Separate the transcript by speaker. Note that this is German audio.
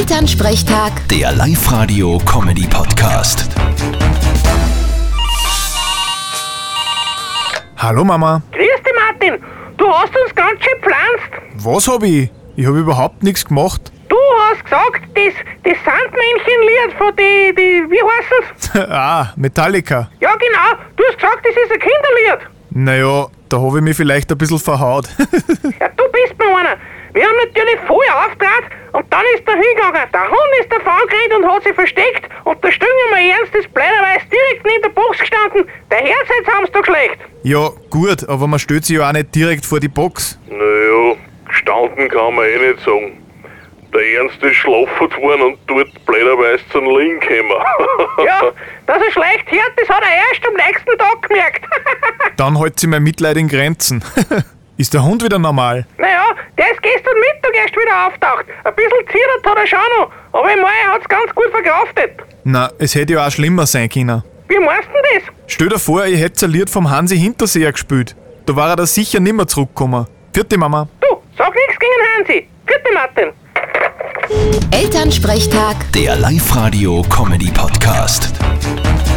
Speaker 1: Elternsprechtag,
Speaker 2: Der Live-Radio-Comedy-Podcast.
Speaker 3: Hallo Mama,
Speaker 4: Grüß dich, Martin. Du hast uns ganz schön gepflanzt.
Speaker 3: was hab ich? Ich hab überhaupt nichts gemacht.
Speaker 4: Du hast gesagt, das, das Sandmännchenlied von die, die, wie heißt es?
Speaker 3: ah, Metallica.
Speaker 4: Ja, genau. Du hast gesagt, das ist ein Kinderlied.
Speaker 3: Naja, da hab ich mich vielleicht ein bisschen verhaut.
Speaker 4: Ja, du bist mir einer. Wir haben natürlich voll aufgetrat und dann ist er hingegangen. Der Hund ist davon gerannt und hat sich versteckt und der Stünger mal ernst ist bleiderweise direkt neben der Box gestanden. Der Herzheitshamster schlecht.
Speaker 3: ja, gut, aber man stellt sich ja auch nicht direkt vor die Box.
Speaker 5: Naja, gestanden kann man eh nicht sagen. Der Ernst ist schlaffert worden und dort blöderweise zum Link gekommen.
Speaker 4: Ja, dass er schlecht hört, das hat er erst am nächsten Tag gemerkt.
Speaker 3: Dann hält sie mein Mitleid in Grenzen. Ist der Hund wieder normal?
Speaker 4: Naja, der ist gestern Mittag erst wieder auftaucht. Ein bisschen zittert hat er schon noch, aber im Mai hat's ganz gut verkraftet.
Speaker 3: Na, es hätte ja auch schlimmer sein können.
Speaker 4: Wie meinst du denn das?
Speaker 3: Stell dir vor, ich hätte ein Lied vom Hansi Hinterseher gespielt. Da war er da sicher nimmer zurückgekommen. Vierte Mama.
Speaker 4: Du, sag nix gegen den Hansi. Vierte Martin.
Speaker 1: Elternsprechtag.
Speaker 2: Der Live-Radio-Comedy-Podcast.